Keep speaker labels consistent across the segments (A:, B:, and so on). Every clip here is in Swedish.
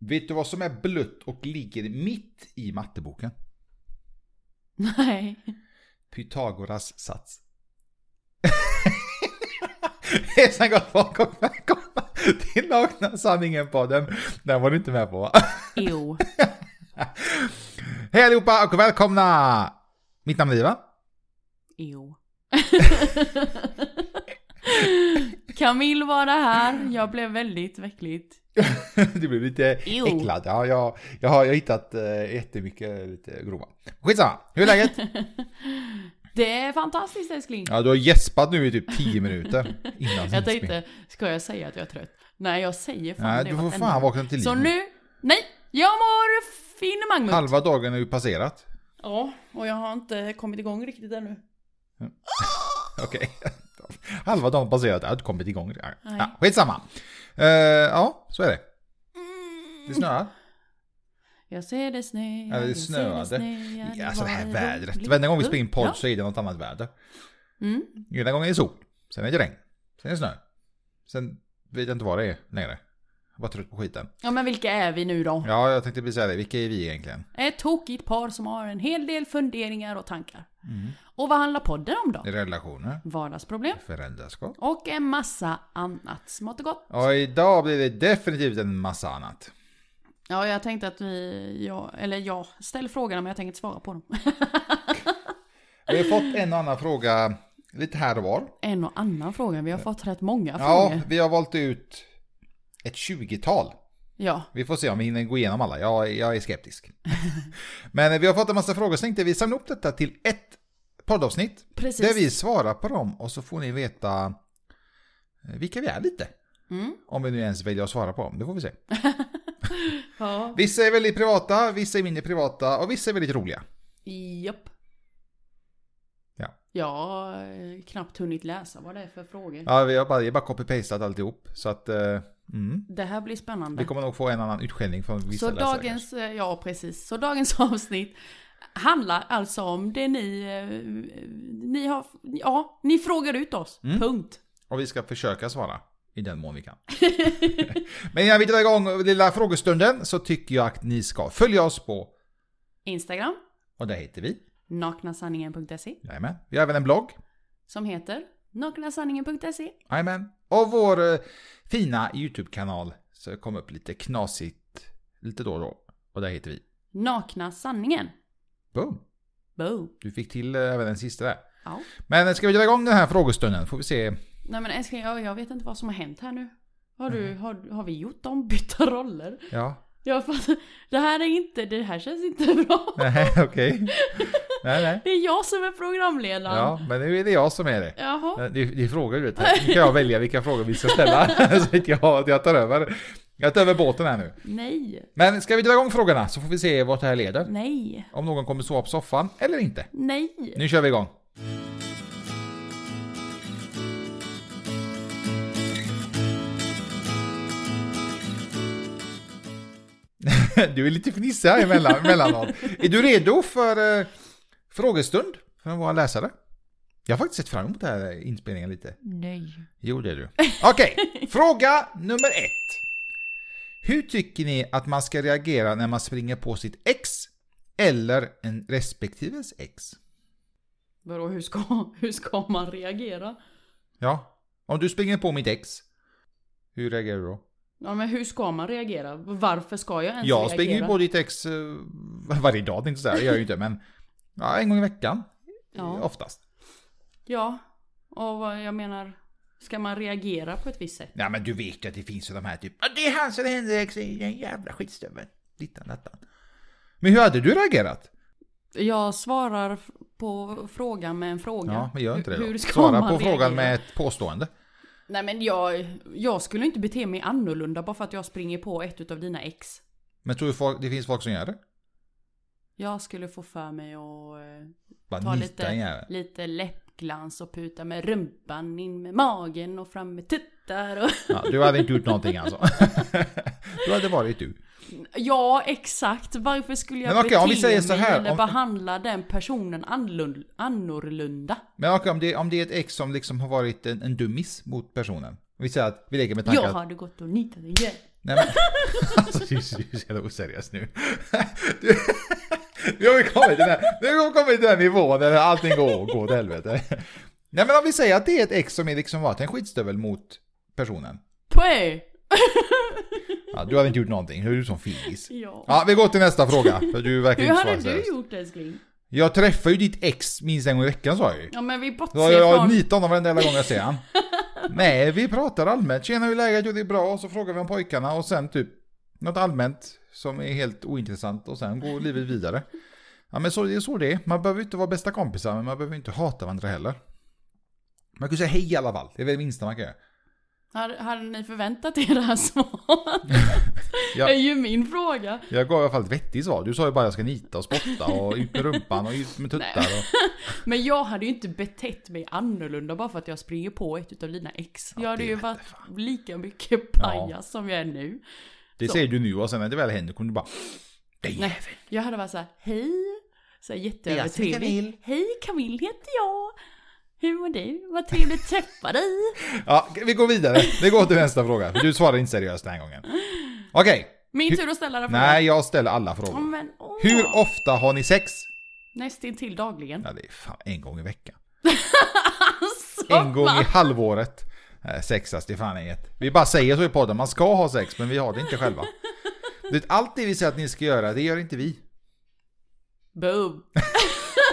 A: Vet du vad som är blött och ligger mitt i matteboken?
B: Nej.
A: Pythagoras sats. Hejsan gott folk och välkomna till Nakna Sanningen-podden. Den var du inte med på va?
B: Jo.
A: Hej allihopa och välkomna! Mitt namn är Ivan.
B: Jo. Camille var det här. Jag blev väldigt väckligt.
A: Du blev lite
B: Jo.
A: äcklad. Ja, jag, jag, har, jag har hittat eh, jättemycket lite grova. Skitsamma, hur är läget?
B: Det är fantastiskt älskling.
A: Ja, du har gäspat nu i typ 10 minuter innan
B: jag
A: inspelning.
B: tänkte, ska jag säga att jag är trött? Nej, jag säger fan
A: Nej,
B: det
A: du får
B: vartenda
A: fan
B: gång.
A: vakna till liv.
B: Så nu, nej, jag mår finemang. Ja,
A: Halva dagen är ju passerat.
B: och jag har inte kommit igång riktigt ännu.
A: Okej. Halva dagen passerat, jag har inte kommit igång.
B: Nej.
A: Ja, skitsamma. Eh, ja, så är det.
B: Mm.
A: Det snöar.
B: Jag ser det snö,
A: Eller det
B: jag
A: snöade.
B: ser det snö,
A: Ja, alltså det här
B: var
A: vädret.
B: roligt.
A: Varenda gång vi spelar in podd
B: Ja.
A: så är det något annat väder.
B: Mm.
A: Den här gången är det sol. Sen är det regn. Sen är det snö. Sen vet jag inte vad det är längre. Jag var trött på skiten.
B: Ja men vilka är vi nu då?
A: Ja, jag tänkte precis säga det. Vilka är vi egentligen?
B: Ett tokigt par som har en hel del funderingar och tankar.
A: Mm.
B: Och vad handlar podden om då?
A: Relationer,
B: Vardagsproblem
A: föräldraskap.
B: och en massa annat smått och gott.
A: Och idag blir det definitivt en massa annat.
B: Ja, jag tänkte att vi, jag, eller jag, ställ frågorna men jag tänker inte svara på dem.
A: Vi har fått en och annan fråga lite här och var.
B: En och annan fråga, vi har fått rätt många
A: Ja,
B: frågor.
A: vi har valt ut ett 20-tal.
B: Ja,
A: Vi får se om vi hinner gå igenom alla. Jag, jag är skeptisk. Men eh, vi har fått en massa frågor så tänkte vi samla upp detta till ett poddavsnitt.
B: precis.
A: Där vi svarar på dem och så får ni veta eh, vilka vi är lite.
B: Mm.
A: Om vi nu ens väljer att svara på dem, det får vi se.
B: Ja.
A: Vissa är väldigt privata, vissa är mindre privata och vissa är väldigt roliga.
B: Japp.
A: Ja.
B: Jag har eh, knappt hunnit läsa vad det är för frågor.
A: Ja, vi har bara, jag har bara copy-pastat alltihop. Så att, eh, mm.
B: Det här blir
A: Vi
B: spännande.
A: kommer nog få en annan utskällning från vissa
B: Så
A: läsare
B: dagens, eh, ja precis, så dagens avsnitt handlar alltså om det ni, eh, ni har, ja, ni frågar ut oss.
A: Mm.
B: Punkt.
A: Och vi ska försöka svara i den mån vi kan. Men innan vi drar igång lilla frågestunden så tycker jag att ni ska följa oss på,
B: Instagram,
A: och där heter vi,
B: naknasanningen.se,
A: jajamän. Vi har även en blogg,
B: som heter naknasanningen.se.
A: jajamän. Och vår eh, fina YouTube-kanal så kommer upp lite knasigt lite då och då. Och där heter vi.
B: Nakna sanningen.
A: Boom!
B: Boom.
A: Du fick till eh, även den sista där.
B: Ja.
A: Men eh, ska vi dra igång den här frågestunden? Får vi se.
B: Nej men älskling, jag, jag vet inte vad som har hänt här nu. Har, du, har, har vi gjort ombytta roller?
A: Ja.
B: Jag fattar, det här är inte, det här känns inte bra.
A: Nej, okej. Nej, nej.
B: Det är jag som är programledaren.
A: Ja, men nu är det jag som är det.
B: Jaha.
A: Det, det är frågor du vet. Nu kan jag välja vilka frågor vi ska ställa. så att jag, jag tar över. Jag tar över båten här nu.
B: Nej.
A: Men ska vi dra igång frågorna så får vi se vart det här leder.
B: Nej.
A: Om någon kommer sova på soffan eller inte.
B: Nej.
A: Nu kör vi igång. Du är lite fnissig här emellan, emellanåt. Är du redo för eh, frågestund för våra läsare? Jag har faktiskt sett fram emot den här inspelningen lite.
B: Nej.
A: Jo, det är du. Okej, fråga nummer ett. Hur tycker ni att man ska reagera när man springer på sitt ex eller en respektives ex?
B: Vadå, hur ska, hur ska man reagera?
A: Ja, om du springer på mitt ex, hur reagerar du då?
B: Ja men hur ska man reagera? Varför ska jag ens
A: Jag
B: reagera?
A: springer ju på ditt ex eh, varje dag, det är inte så här, det gör jag ju inte, men ja, en gång i veckan
B: Ja.
A: oftast.
B: Ja. Och vad jag menar, ska man reagera på ett visst sätt?
A: Ja, men du vet ju att det finns ju de här typ, "Ja, det är han som är hennes ex, den jävla skitstöveln. Dittan, dattan. Men hur hade du reagerat?
B: Jag svarar f- på frågan med en fråga.
A: Ja, men gör inte det
B: Hur-
A: då.
B: hur ska
A: Svara
B: man
A: på
B: reagera?
A: frågan med ett påstående.
B: Nej men jag, jag skulle inte bete mig annorlunda bara för att jag springer på ett utav dina ex.
A: Men tror du folk, det finns folk som gör det?
B: Jag skulle få för mig att eh,
A: Bara
B: ta
A: nita en
B: lite,
A: jävel.
B: lite läppglans och puta med rumpan in med magen och fram med tuttar och...
A: Ja, du hade inte gjort någonting alltså. du hade varit du.
B: Ja, exakt. Varför skulle jag
A: Men okej,
B: bete
A: om vi säger
B: mig
A: så här,
B: eller
A: om-
B: behandla den personen anlun- annorlunda?
A: Men okej, om det, om det är ett ex som liksom har varit en, en dummis mot personen. Vi säger att vi leker med tanken
B: Jag
A: att
B: hade gått och nitat igen.
A: Nej, men, alltså, du är så du är så jävla oseriös nu. Du, nu har vi kommit till den här, nu har vi kommit till den här nivån där allting går, går åt helvete. Nej men om vi säger att det är ett ex som är liksom varit en skitstövel mot personen.
B: Pöj!
A: Ja, du hade inte gjort någonting, du är du som fegis.
B: Ja.
A: Ja, vi går till nästa fråga. För du verkar
B: Hur
A: inte svara
B: hade
A: seriöst.
B: du gjort älskling?
A: Jag träffar ju ditt ex minst en gång i veckan sa jag ju.
B: Ja men vi bortser
A: Ja, jag, jag
B: från...
A: nitar honom varenda jävla gång jag ser han. Nej, vi pratar allmänt. Tjena, hur är läget? Jo, det är bra. Och så frågar vi om pojkarna och sen typ något allmänt som är helt ointressant och sen går livet vidare. Ja, men så, det är så det är. Man behöver inte vara bästa kompisar, men man behöver inte hata varandra heller. Man kan ju säga hej i alla fall. Det är väl det minsta man kan göra.
B: Hade, hade ni förväntat er det här svaret?
A: Ja.
B: Det är ju min fråga.
A: Jag gav i alla fall ett vettigt svar. Du sa ju bara jag ska nita och spotta och ut med rumpan och ut med tuttar. Och...
B: Men jag hade ju inte betett mig annorlunda bara för att jag springer på ett utav dina ex. jag hade
A: det
B: ju
A: vete
B: varit lika mycket pajas som jag är nu.
A: Det
B: Så.
A: säger du nu och sen när det väl händer kommer du bara... "Den
B: Nej, jag hade varit såhär, hej. Så här jätteövertrevlig.
A: Det är jag som heter alltså Camille.
B: Hej Camille heter jag. Hur mår du? Vad trevligt att träffa dig.
A: Ja, vi går vidare. Vi går till nästa fråga. För du svarar inte seriöst den här gången. Okej.
B: Min tur att ställa den
A: Nej, jag ställer alla
B: frågan.
A: frågor.
B: Men, åh.
A: Hur ofta har ni sex?
B: Nästintill dagligen.
A: Ja, det är fan en gång i veckan.
B: Alltså,
A: En gång i
B: va?
A: halvåret. Eh, Sexas, det är fan inget. Vi bara säger så i podden, man ska ha sex, men vi har det inte själva. Du vet, allt det vi säger att ni ska göra, det gör inte vi.
B: Boom.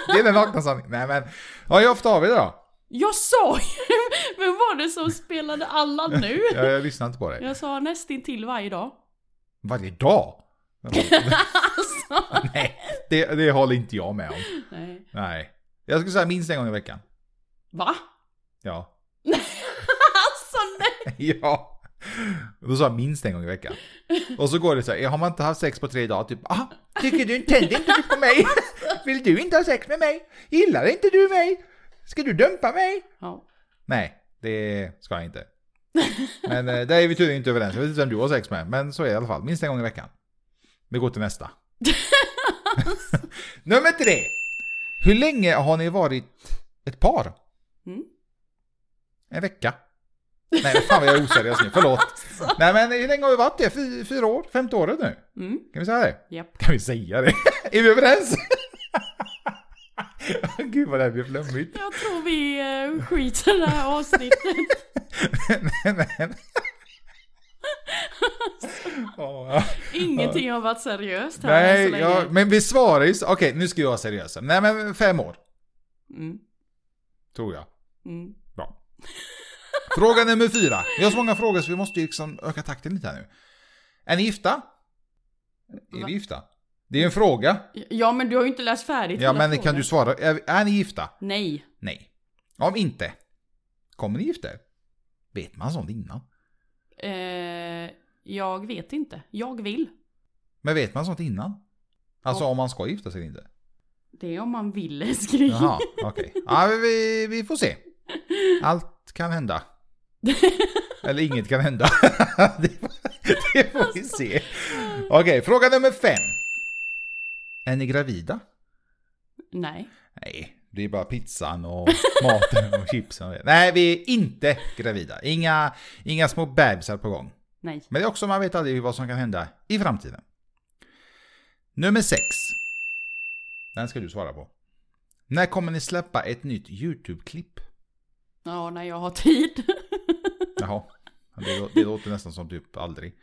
A: Det är den nakna sanningen. Nej men, ja, hur ofta har vi det då?
B: Jag sa ju, men var det som spelade alla nu?
A: Jag, jag lyssnar inte på dig.
B: Jag sa nästintill varje dag.
A: Varje dag?
B: Alltså,
A: Nej, det, det håller inte jag med om.
B: nej.
A: Nej. Jag skulle säga minst en gång i veckan.
B: Va?
A: Ja.
B: Alltså nej!
A: Ja. Och Då sa jag minst en gång i veckan. Och så går det så här, har man inte haft sex på tre dagar, typ ah, tycker du tände inte du på mig? Vill du inte ha sex med mig? Gillar inte du mig? Ska du dumpa mig?
B: Ja.
A: Nej, det ska jag inte. Men eh, där är vi tydligen inte överens. Jag vet inte vem du har sex med, men så är det i alla fall. Minst en gång i veckan. Vi går till nästa. Nummer tre. Hur länge har ni varit ett par?
B: Mm.
A: En vecka. Nej, fan vad jag är oseriös nu. Förlåt. Nej, men hur länge har vi varit det? Fy, fyra år? Femte året nu?
B: Mm,
A: Kan vi säga det?
B: japp.
A: Kan vi säga det? är vi överens? Gud vad det här blir flummigt.
B: Jag tror vi eh, skiter i det här avsnittet.
A: Men- Ja.
B: Ingenting har varit seriöst här
A: Nej,
B: än så
A: ja, men vi svarar ju... så- Okej, nu ska jag vara seriös. Nej, men fem år.
B: Mm,
A: Tror jag.
B: mm.
A: Bra. Fråga nummer fyra. Vi har så många frågor så vi måste ju liksom öka takten lite här nu. Är ni gifta? Är
B: Va?
A: vi gifta? Det är ju en fråga.
B: Ja men du har ju inte läst färdigt
A: Ja,
B: hela
A: men
B: frågan.
A: kan du svara? Är, är ni gifta?
B: Nej.
A: Nej. Om inte, kommer ni gifta er? Vet man sånt innan?
B: Eh, jag vet inte. Jag vill.
A: Men vet man sånt innan? Alltså om man ska gifta sig eller inte?
B: Det är om man vill älskling.
A: Jaha, okej. Ja, men vi, vi får se. Allt kan hända. Eller inget kan hända. det, får- det får vi se. Okej, fråga nummer fem. Är ni gravida?
B: Nej.
A: Nej, det är bara pizzan och maten och chipsen. Nej, vi är inte gravida. Inga, inga små bebisar på gång.
B: Nej.
A: Men det är också, man vet aldrig vad som kan hända i framtiden. Nummer 6. Den ska du svara på. När kommer ni släppa ett nytt YouTube-klipp?
B: Ja, när jag har tid.
A: Jaha, det, lå- det låter nästan som typ aldrig.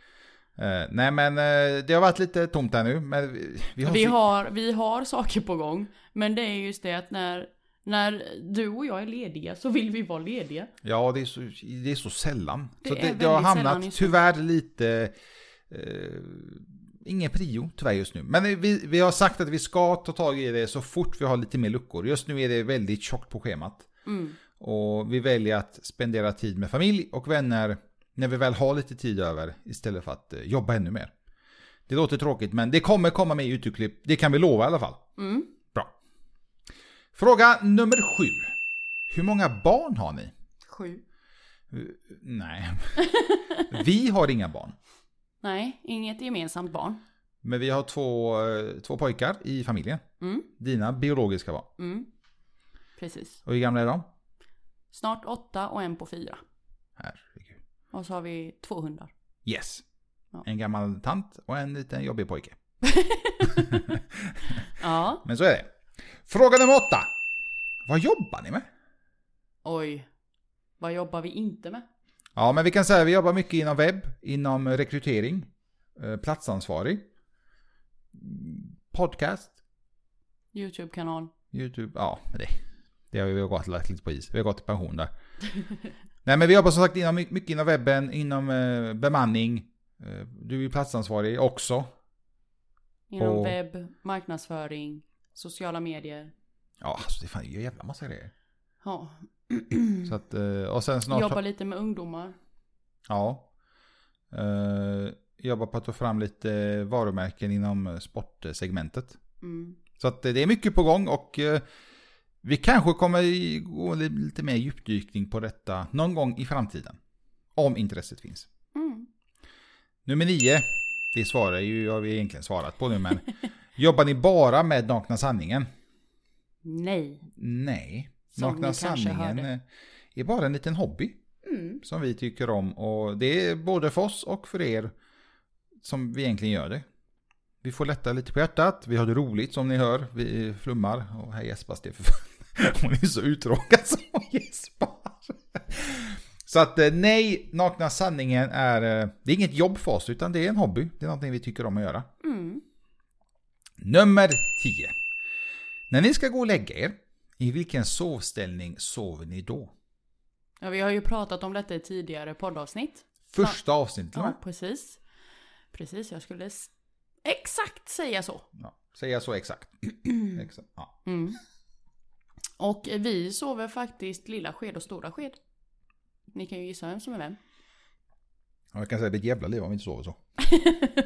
A: Eh, nej men eh, det har varit lite tomt här nu. Men vi, vi har...
B: Vi
A: så-
B: har, vi har saker på gång. Men det är just det att när, när du och jag är lediga så vill vi vara lediga.
A: Ja, det är så, det är så sällan.
B: Det
A: så
B: är
A: det, det
B: väldigt
A: har
B: sällan
A: hamnat
B: just nu.
A: tyvärr lite... Eh, ingen prio tyvärr just nu. Men vi, vi har sagt att vi ska ta tag i det så fort vi har lite mer luckor. Just nu är det väldigt tjockt på schemat.
B: Mm.
A: Och vi väljer att spendera tid med familj och vänner när vi väl har lite tid över istället för att eh, jobba ännu mer. Det låter tråkigt men det kommer komma med YouTube-klipp. Det kan vi lova i alla fall.
B: Mm.
A: Bra. Fråga nummer sju. Hur många barn har ni?
B: Sju.
A: Nej. Vi har inga barn.
B: Nej, inget gemensamt barn.
A: Men vi har två, eh, två pojkar i familjen.
B: Mm.
A: Dina biologiska barn.
B: Mm. Precis.
A: Och hur gamla är de?
B: Snart åtta och en på fyra.
A: Herregud.
B: Och så har vi två hundar.
A: Yes.
B: Ja.
A: En gammal tant och en liten jobbig pojke.
B: Ja.
A: Men så är det. Fråga nummer åtta. Vad jobbar ni med?
B: Oj. Vad jobbar vi inte med?
A: Ja, men vi kan säga att vi jobbar mycket inom webb, inom rekrytering, eh, platsansvarig, mm, podcast,
B: Youtube-kanal.
A: YouTube, ja, det, det har vi väl gått lagt lite på is. Vi har gått i pension där. Nej, men vi jobbar som sagt inom, mycket inom webben, inom eh, bemanning. Eh, Du är ju platsansvarig också.
B: Inom
A: Och-
B: webb, marknadsföring, sociala medier.
A: Ja, alltså det är fan det är ju en jävla massa grejer.
B: Ja.
A: Så att, eh, och sen snart...
B: Jobbar lite med ungdomar.
A: Ja. Eh, jobbar på att ta fram lite varumärken inom eh, sportsegmentet.
B: Mm.
A: Så att eh, det är mycket på gång och eh, vi kanske kommer i- gå li- lite mer djupdykning på detta någon gång i framtiden. Om intresset finns.
B: Mm.
A: Nummer nio, det svarar ju, har vi egentligen svarat på nu men. jobbar ni bara med Nakna Sanningen?
B: Nej.
A: Nej.
B: Som
A: nakna
B: ni kanske
A: Sanningen
B: hörde.
A: eh, är bara en liten hobby.
B: Mm.
A: som vi tycker om och det är både för oss och för er som vi egentligen gör det. Vi får lätta lite på hjärtat, vi har det roligt som ni hör, vi flummar och här gäspas det för fan. Hon är så uttråkad som hon gäspar. Så att eh, nej, nakna sanningen är, eh, det är inget jobb för oss utan det är en hobby, det är någonting vi tycker om att göra.
B: Mm.
A: Nummer 10. När ni ska gå och lägga er, i vilken sovställning sover ni då?
B: Ja, vi har ju pratat om detta i tidigare poddavsnitt.
A: Första avsnittet. va?
B: Ja, precis. Precis, jag skulle s- exakt säga så.
A: Ja, säga så exakt. exakt. Ja.
B: Mm. Och vi sover faktiskt lilla sked och stora sked. Ni kan ju gissa vem som är vem.
A: Ja, Jag kan säga att det är ett jävla liv om vi inte sover så.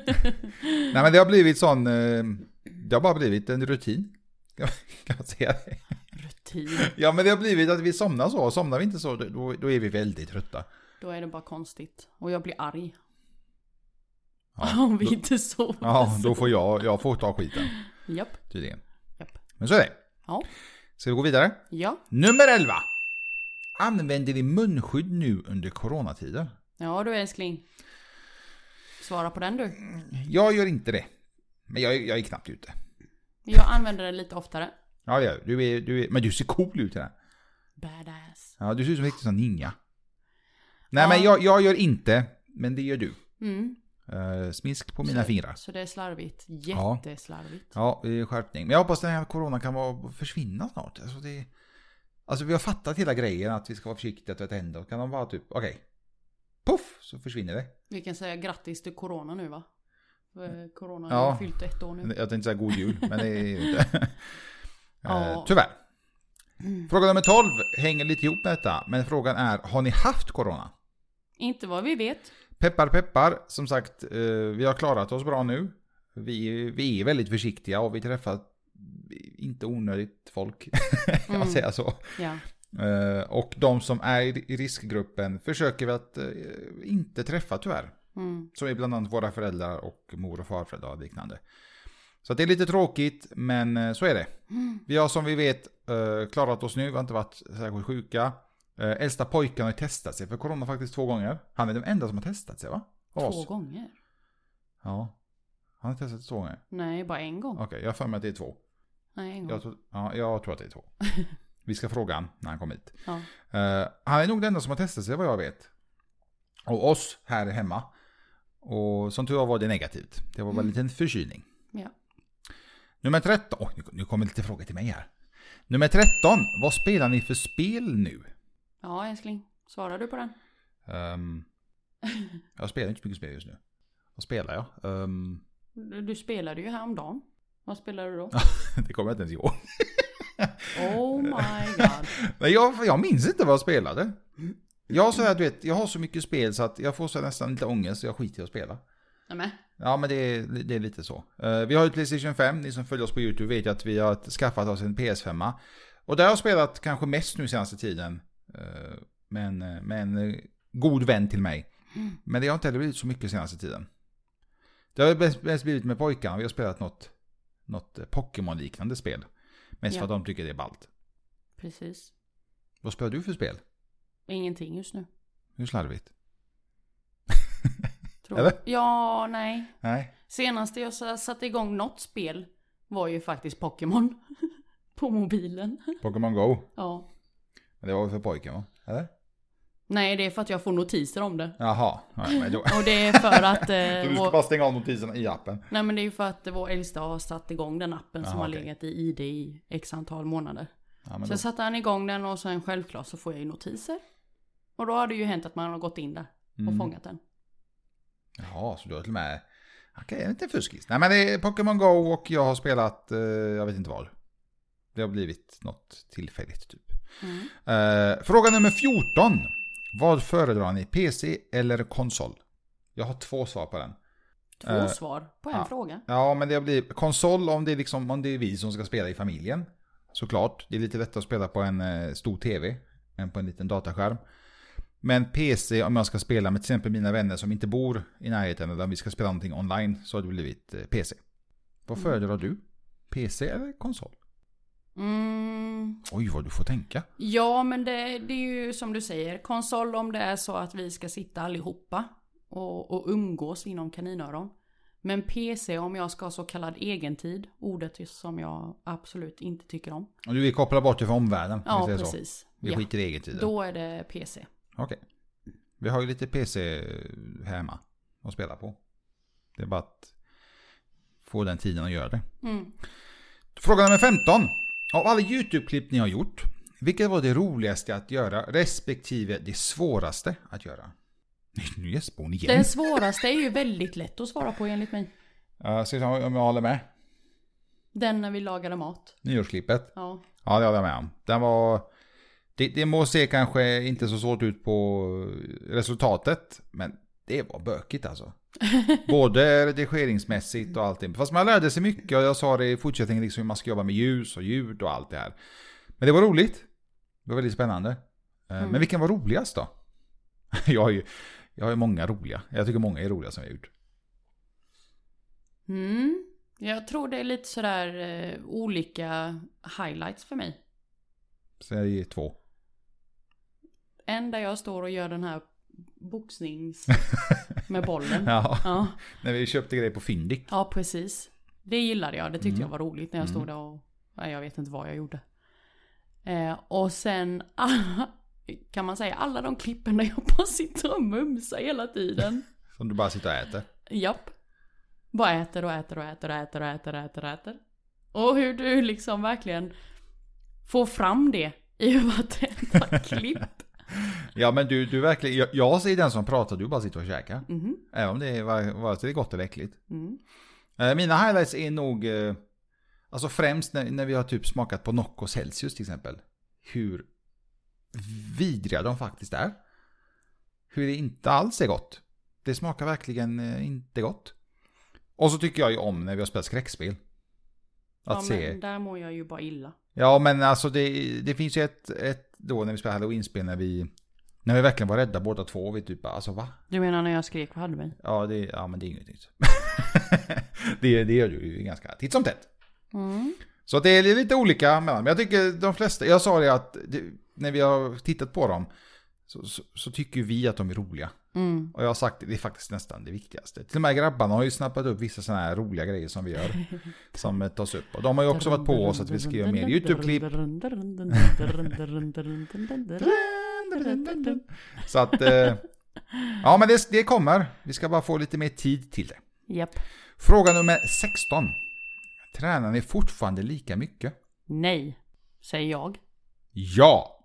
A: Nej men det har blivit sån, eh, det har bara blivit en rutin. Kan man säga det?
B: Rutin.
A: Ja men det har blivit att vi somnar så, och somnar vi inte så då, då är vi väldigt trötta.
B: Då är det bara konstigt. Och jag blir arg.
A: Ja.
B: Om vi inte sover.
A: Ja, då får jag, jag får ta skiten
B: Japp,
A: tydligen.
B: japp.
A: Men så är det.
B: Ja,
A: Ska vi gå vidare?
B: ja.
A: Nummer 11! Använder ni munskydd nu under coronatider?
B: Ja du älskling. Svara på den du.
A: Jag gör inte det. Men jag, jag är knappt ute.
B: Jag använder den lite oftare.
A: Ja, det gör du. du. Är, du är, men du ser cool ut i den.
B: Badass.
A: Ja, du ser ut som en riktig sån ninja. Nej,
B: Ja.
A: men jag, jag gör inte, men det gör du.
B: Mm.
A: Eh, smisk på mina fingrar.
B: Så det är slarvigt.
A: Ja.
B: Jätteslarvigt.
A: Ja, eh, skärpning. Men jag hoppas den här corona kan vara, försvinna snart. Alltså, det, alltså vi har fattat hela grejen att vi ska vara försiktiga, tvätta händer. Kan de bara typ, okej. Puff, så försvinner det.
B: Vi kan säga grattis till Corona nu va? För Corona
A: Ja.
B: har fyllt ett år nu.
A: Jag tänkte säga god jul, men det är ju inte. Eh,
B: Ja. Mm.
A: Tyvärr. Fråga nummer 12 hänger lite ihop med detta, men frågan är, har ni haft corona?
B: Inte vad vi vet.
A: Peppar peppar, som sagt, eh, vi har klarat oss bra nu. Vi, vi är väldigt försiktiga och vi träffar inte onödigt folk, kan man
B: Mm.
A: säga så.
B: Ja.
A: Eh, Och de som är i i riskgruppen försöker vi att eh, inte träffa tyvärr.
B: Mm.
A: Som är bland annat våra föräldrar och mor och farföräldrar och liknande. Så att det är lite tråkigt, men eh, så är det.
B: Mm.
A: Vi har som vi vet eh, klarat oss nu, vi har inte varit särskilt sjuka. Eh, Äldsta pojken har ju testat sig för corona faktiskt två gånger. Han är den enda som har testat sig va? Av
B: Två
A: oss.
B: gånger?
A: Ja. Han har testat sig två gånger.
B: Nej, bara en gång.
A: Okej, jag har för mig att det är två.
B: Nej, en gång.
A: Jag tror, ja, jag tror att det är två. Vi ska fråga han när han kommer hit.
B: Ja.
A: Eh, han är nog den enda som har testat sig vad jag vet. Och oss här hemma. Och som tur var var det negativt. Det var bara en liten förkylning.
B: Mm. Ja.
A: Nummer 13. Oj, nu- nu kommer lite frågor till mig här. Nummer 13. Vad spelar ni för spel nu?
B: ja, älskling. Svarar du på den?
A: Ehm, jag spelar inte så mycket spel just nu. Vad spelar jag? Ehm,
B: Du, du spelade ju häromdagen. Vad spelade du då?
A: det kommer jag inte ens ihåg.
B: Oh my god.
A: Men jag, jag minns inte vad jag spelade. Jag, så här, du vet, jag har så mycket spel så att jag får så här nästan lite ångest så jag skiter i att spela.
B: Nämen.
A: Ja, men det är, det är lite så. Eh, vi har ju Playstation 5, ni som följer oss på YouTube vet ju att vi har ett- skaffat oss en PS5. Och där har jag spelat kanske mest nu senaste tiden. Eh, men, eh, men eh, god vän till mig. Men det har inte heller blivit så mycket senaste tiden. Det har ju bäst, bäst blivit med pojkarna, vi har spelat något, något eh, Pokémon-liknande spel. Mest för
B: Ja.
A: att de tycker det är ballt.
B: Precis.
A: Vad spelar du för spel?
B: Ingenting just nu.
A: Hur slarvigt?
B: Tror.
A: Eller?
B: Ja, nej.
A: Nej.
B: Senaste jag s- satte igång något spel var ju faktiskt Pokémon. På mobilen.
A: Pokémon Go.
B: Ja.
A: Men Det var väl för pojken va? Eller?
B: Nej, det är för att jag får notiser om det.
A: Jaha. Nej, men då...
B: Och det är för att...
A: Så
B: Eh,
A: du ska
B: vår,
A: bara stänga av notiserna i appen?
B: nej, men det är ju för att vår äldsta har satt igång den appen som
A: Jaha,
B: har
A: okej.
B: legat i ID i x antal månader.
A: Ja, men
B: Sen satte han igång den och sen självklart så får jag ju notiser. Och då har det ju hänt att man har gått in där och
A: Mm.
B: fångat den.
A: Jaha, så du har till och med... Okej, jag är inte en fuskis. Nej men det är Pokémon Go och jag har spelat, eh, jag vet inte vad. Det har blivit något tillfälligt typ.
B: Mm.
A: Eh, fråga nummer 14. Vad föredrar ni, PC eller konsol? Jag har två svar på den.
B: Två
A: Eh,
B: svar på en
A: ja.
B: fråga.
A: Ja, men det blir konsol om det, är liksom, om det är vi som ska spela i familjen. Såklart, det är lite lättare att spela på en eh, stor tv än på en liten dataskärm. Men PC, om jag ska spela med till exempel mina vänner som inte bor i närheten eller om vi ska spela någonting online så har det blivit eh, PC. Vad föredrar du? PC eller konsol?
B: Mm.
A: Oj, vad du får tänka.
B: Ja, men det, det är ju som du säger, konsol om det är så att vi ska sitta allihopa och, och umgås inom kaninöron. Men PC om jag ska ha så kallad egentid, ordet är som jag absolut inte tycker om.
A: Om du vill koppla bort det från omvärlden. om vi
B: Ja,
A: säger så.
B: precis.
A: Vi
B: Ja.
A: skiter i egen tid.
B: Då är det PC.
A: Okej. Vi har ju lite PC hemma att spela på. Det är bara att få den tiden att göra det.
B: Mm.
A: Fråga nummer 15. Av alla YouTube-klipp ni har gjort, vilket var det roligaste att göra respektive det svåraste att göra? Nu gäspar hon igen.
B: Det svåraste är ju väldigt lätt att svara på enligt mig.
A: Uh, ska vi se om jag håller med?
B: Den när vi lagade mat.
A: Nyårsklippet.
B: Ja.
A: Ja, det håller jag med om. Den var... Det, det må se kanske inte så svårt ut på resultatet, men det var bökigt alltså. Både redigeringsmässigt och allting. Fast man lärde sig mycket och jag sa det i fortsättningen liksom hur man ska jobba med ljus och ljud och allt det här. Men det var roligt. Det var väldigt spännande. Eh, Men vilken var roligast då? jag, har ju, jag har ju många roliga. Jag tycker många är roliga som jag har gjort.
B: Mm. Jag tror det är lite sådär eh, olika highlights för mig.
A: Så jag ger två.
B: En där jag står och gör den här boxnings med bollen.
A: Ja,
B: Ja.
A: när vi köpte grejer på Fyndik.
B: ja, precis. Det gillade jag. Det
A: Mm.
B: tyckte jag var roligt när jag stod där och... Nej, jag vet inte vad jag gjorde. Eh, och sen alla, kan man säga alla de klippen där jag bara sitter och mumsar hela tiden.
A: Som du bara sitter och äter.
B: Japp. Bara äter och äter och äter och äter och äter och äter och äter. Och hur du liksom verkligen får fram det i vartenda klipp.
A: Ja men du, du verkligen, jag, jag ser den som pratar, du bara sitter och käkar.
B: Mhm.
A: Även om det är vare vare sig det är gott eller äckligt.
B: Mm.
A: Eh, mina highlights är nog, eh, alltså främst när, när vi har typ smakat på Nocco Celsius till exempel. Hur vidriga de faktiskt är. Hur det inte alls är gott. Det smakar verkligen eh, inte gott. Och så tycker jag ju om när vi har spelat skräckspel. Att
B: Ja,
A: se.
B: men där mår jag ju bara illa.
A: Ja, men alltså det, det finns ju ett, ett då när vi spelade halloween-spel när vi, när vi verkligen var rädda båda två. Vi typ bara, alltså va?
B: Du menar när jag skrek vad hade mig?
A: Ja, det, ja men det är inget nytt. det, det gör du ju ganska titt som tätt.
B: Mm.
A: Så det är lite olika mellan. Men jag tycker de flesta, jag sa det att det, när vi har tittat på dem så, så, så tycker ju vi att de är roliga.
B: Mm.
A: Och jag har sagt det, det är faktiskt nästan det viktigaste. Till och med grabbarna har ju snappat upp vissa sådana här roliga grejer som vi gör. som eh, tas upp. Och de har ju också varit på oss att vi ska göra mer YouTube-klipp. Så att... Eh, ja, men det, det kommer. Vi ska bara få lite mer tid till det.
B: Japp.
A: Fråga nummer 16. Tränar ni fortfarande lika mycket?
B: Nej, säger jag.
A: Ja,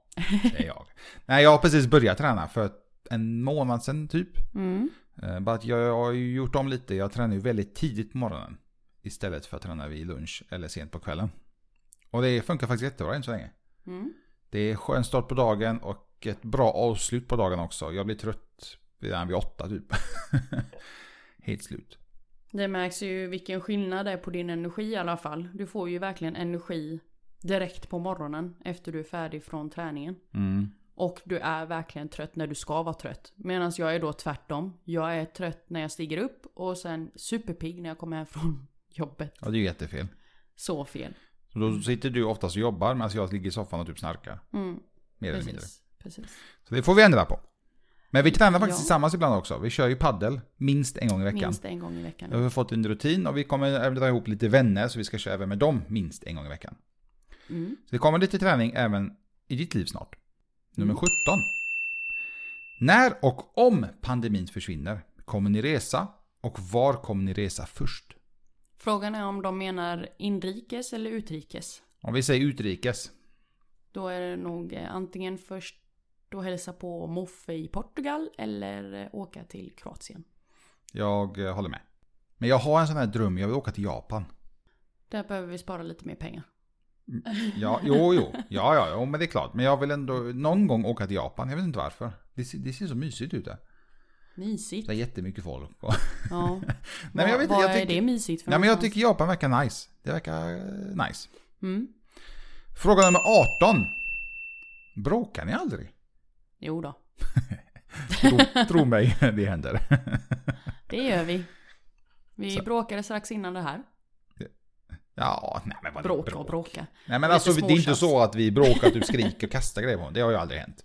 A: säger jag. Nej, jag har precis börjat träna för en månad sedan typ.
B: Mm.
A: Eh, Bara att jag har ju gjort om lite. Jag tränar ju väldigt tidigt på morgonen. Istället för att träna vid lunch eller sent på kvällen. Och det funkar faktiskt jättebra än så länge.
B: Mm.
A: Det är skön start på dagen och ett bra avslut på dagen också. Jag blir trött redan vid åtta typ. Helt slut.
B: Det märks ju vilken skillnad det är på din energi i alla fall. Du får ju verkligen energi direkt på morgonen efter du är färdig från träningen.
A: Mm.
B: Och du är verkligen trött när du ska vara trött. Medan jag är då tvärtom. Jag är trött när jag stiger upp och sen superpigg när jag kommer hem från jobbet.
A: Ja, det är ju jättefel.
B: Så fel.
A: Så då sitter du oftast och jobbar medan jag ligger i soffan och typ snarkar.
B: Mm,
A: Mer eller mindre.
B: precis. precis.
A: Så det får vi ändra på. Men vi tränar faktiskt
B: Ja.
A: tillsammans ibland också. Vi kör ju paddel minst en gång i veckan.
B: Minst en gång i veckan.
A: Jag har fått en rutin och vi kommer även dra ihop lite vänner så vi ska köra även med dem minst en gång i veckan.
B: Mm.
A: Så det kommer lite träning även i ditt liv snart. Nummer 17. När och om pandemin försvinner, kommer ni resa? Och var kommer ni resa först?
B: Frågan är om de menar inrikes eller utrikes.
A: Om vi säger utrikes.
B: Då är det nog eh, antingen först då hälsa på Moffe i Portugal eller eh, åka till Kroatien.
A: Jag eh, håller med. Men jag har en sån här dröm, jag vill åka till Japan.
B: Där behöver vi spara lite mer pengar.
A: Ja, jo, jo. Ja, ja, jo, men det är klart. Men jag vill ändå någon gång åka till Japan. Jag vet inte varför. Det ser, det ser så mysigt ut där.
B: Mysigt.
A: Det är jättemycket folk. Och...
B: Ja.
A: men jag vet inte,
B: Vad
A: jag
B: är
A: tycker-
B: det mysigt för
A: Nej, men jag
B: någonstans?
A: tycker Japan verkar nice. Det verkar eh, nice.
B: Mm.
A: Fråga nummer 18. Bråkar ni aldrig?
B: Jo då.
A: Tro, tro mig, det händer.
B: Det gör vi. Vi bråkade strax innan det här.
A: Ja, nej men vad
B: Bråka och bråka.
A: Nej men
B: Lite
A: alltså det är inte
B: småtjafs.
A: så att vi bråkar, typ skriker och kastar grejer på honom. Det har ju aldrig hänt.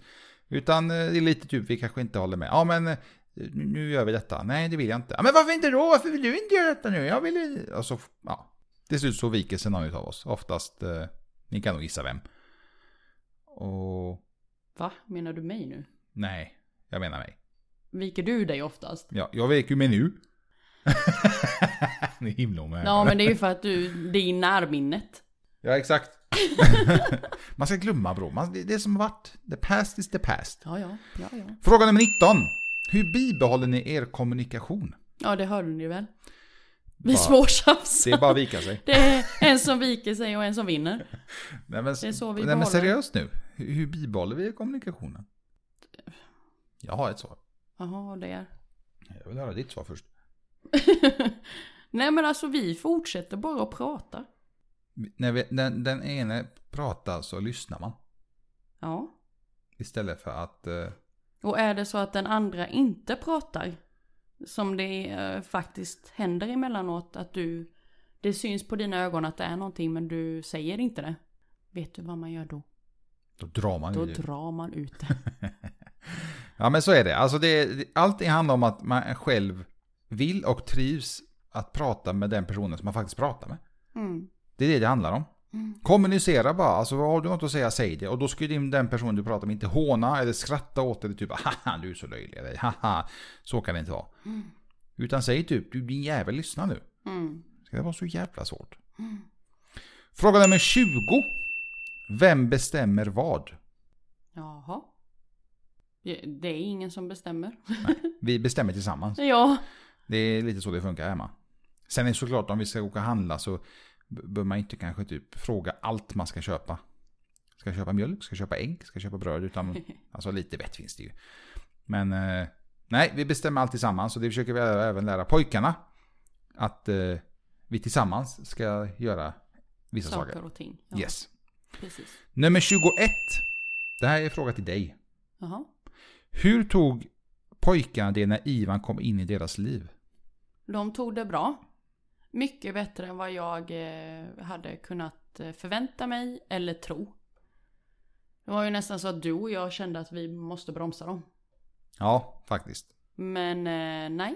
A: Utan eh, det är lite typ, vi kanske inte håller med. Ja men, eh, nu nu gör vi detta. Nej det vill jag inte. Ja, men varför inte då? Varför vill du inte göra detta nu? Jag vill ju- Alltså, ja. Till slut så viker sig någon utav oss. Oftast, eh, ni kan nog gissa vem. Och,
B: Va? Menar du mig nu?
A: nej. Jag menar mig.
B: Viker du dig oftast?
A: Ja, jag vek ju mig nu. Ni är himla omöjliga.
B: Ja men det är ju för att du, det är i närminnet.
A: Ja, exakt. man ska glömma bro. Man, det, det som har varit. The past is the past.
B: Ja ja, ja ja.
A: Fråga nummer 19. Hur bibehåller ni er kommunikation?
B: Ja det hörde ni väl? Vi
A: Bara- Det
B: småtjafsar.
A: är bara att vika sig.
B: Det är en som viker sig och en som vinner.
A: Nej, men,
B: Det är så vi
A: nej, men
B: behåller.
A: seriöst nu. Hur, hur bibehåller vi kommunikationen? Jag har ett svar.
B: Jaha, det är.
A: Jag vill höra ditt svar först.
B: Nej men alltså vi fortsätter bara att prata.
A: När vi, den, den ene pratar så lyssnar man.
B: Ja.
A: Istället för att... Eh,
B: Och är det så att den andra inte pratar, som det eh, faktiskt händer emellanåt, att du, det syns på dina ögon att det är någonting men du säger inte det. Vet du vad man gör då?
A: då drar man
B: Då
A: ur det.
B: drar man ut det.
A: Ja men så är det. Alltså det, det- allting handlar om att man själv vill och trivs att prata med den personen som man faktiskt pratar med.
B: Mm.
A: Det är det det handlar om. Kommunicera bara, alltså har du något att säga, säg det. Och då ska ju din- den personen du pratar med inte håna eller skratta åt dig, typ haha du är så löjlig, eller haha så kan det inte vara. Utan säg typ, du din jävel lyssna nu.
B: Mm.
A: Ska det vara så jävla svårt? Fråga nummer 20. Vem bestämmer vad?
B: Jaha. Ja, Det är ingen som bestämmer.
A: Vi bestämmer tillsammans.
B: ja.
A: Det är lite så det funkar hemma. Sen är det såklart om vi ska åka och handla så b- bör man inte kanske typ fråga allt man ska köpa. Ska jag köpa mjölk? Ska jag köpa ägg? Ska jag köpa bröd? Utan, alltså lite vett finns det ju. Men eh, nej, vi bestämmer allt tillsammans och det försöker vi även lära pojkarna. Att eh, vi tillsammans ska göra vissa saker.
B: Saker och ting. Ja,
A: Yes.
B: Precis.
A: Nummer 21. Det här är en fråga till dig.
B: Jaha.
A: Hur tog pojkarna det när Ivan kom in i deras liv?
B: De tog det bra. Mycket bättre än vad jag eh, hade kunnat eh, förvänta mig eller tro. Det var ju nästan så att du och jag kände att vi måste bromsa dem.
A: Ja, faktiskt.
B: Men eh, nej.